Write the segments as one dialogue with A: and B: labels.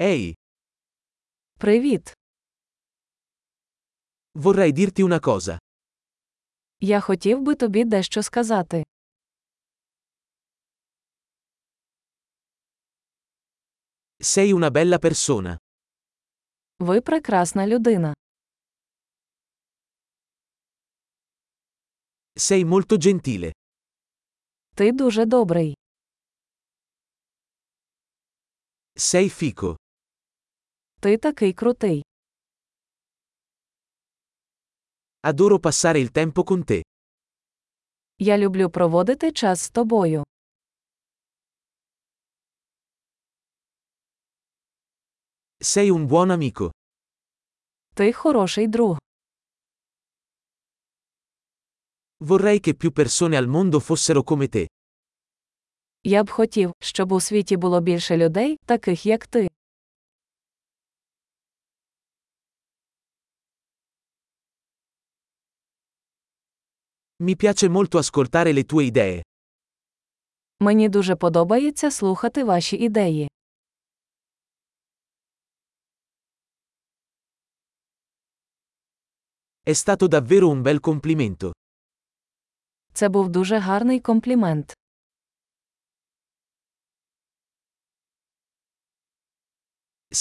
A: Ehi,
B: Привіт.
A: vorrei dirti una cosa.
B: Я хотів би тобі дещо сказати.
A: Sei una bella persona.
B: Ви прекрасна людина.
A: Sei molto gentile.
B: Ти дуже добрий.
A: Sei fico.
B: Ти такий крутий.
A: Adoro passare il tempo con te.
B: Я люблю проводити час з тобою.
A: Sei un buon amico.
B: Ти хороший друг.
A: Vorrei che più persone al mondo fossero come te.
B: Я б хотів, щоб у світі було більше людей, таких як ти.
A: Mi piace molto ascoltare le tue idee.
B: Мені дуже подобається слухати ваші ідеї.
A: È stato davvero un bel complimento.
B: Це був дуже гарний комплімент.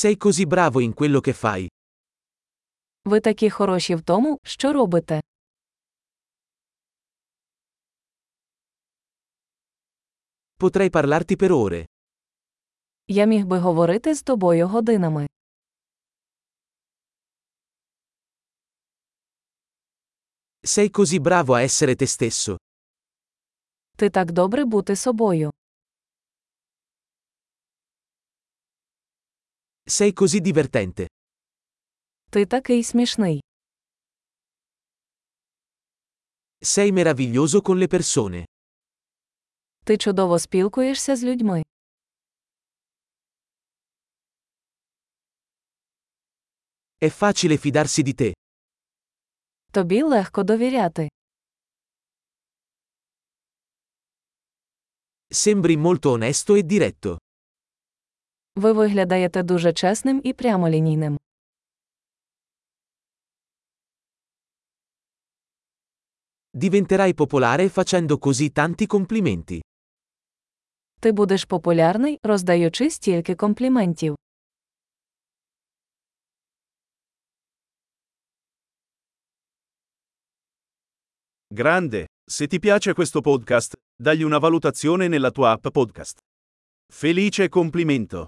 A: Sei così bravo in quello che fai.
B: Ви такі хороші в тому, що робите.
A: Potrei parlarti per ore.
B: Я міг би говорити з тобою годинами.
A: Sei così bravo a essere te stesso.
B: Ти так добре бути собою.
A: Sei così divertente.
B: Ти такий смішний.
A: Sei meraviglioso con le persone.
B: Ти чудово спілкуєшся з людьми.
A: È facile fidarsi di te.
B: Тобі легко довіряти.
A: Sembri molto onesto e diretto.
B: Ви виглядаєте дуже чесним і прямолінійним.
A: Diventerai popolare facendo così tanti complimenti.
B: Ти будеш популярний, роздаючи стільки компліментів.
C: Grande, se ti piace questo podcast, dagli una valutazione nella tua app podcast. Felice complimento!